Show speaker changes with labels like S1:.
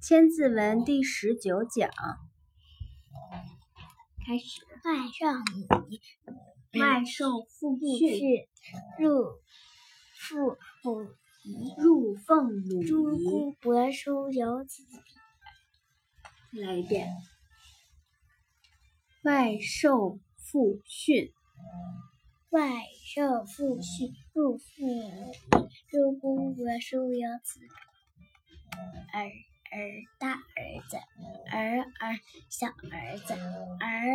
S1: 千字文第十九讲开始。
S2: 外圣以
S1: 外圣腹部
S2: 不
S1: 去，
S2: 是入父补仪，
S1: 入凤母
S2: 诸
S1: 仪。
S2: 公伯叔有子
S1: 来一遍。外受父训，
S2: 外圣父序，入父母仪，诸公伯叔有子儿儿大儿子，儿儿小儿子，儿。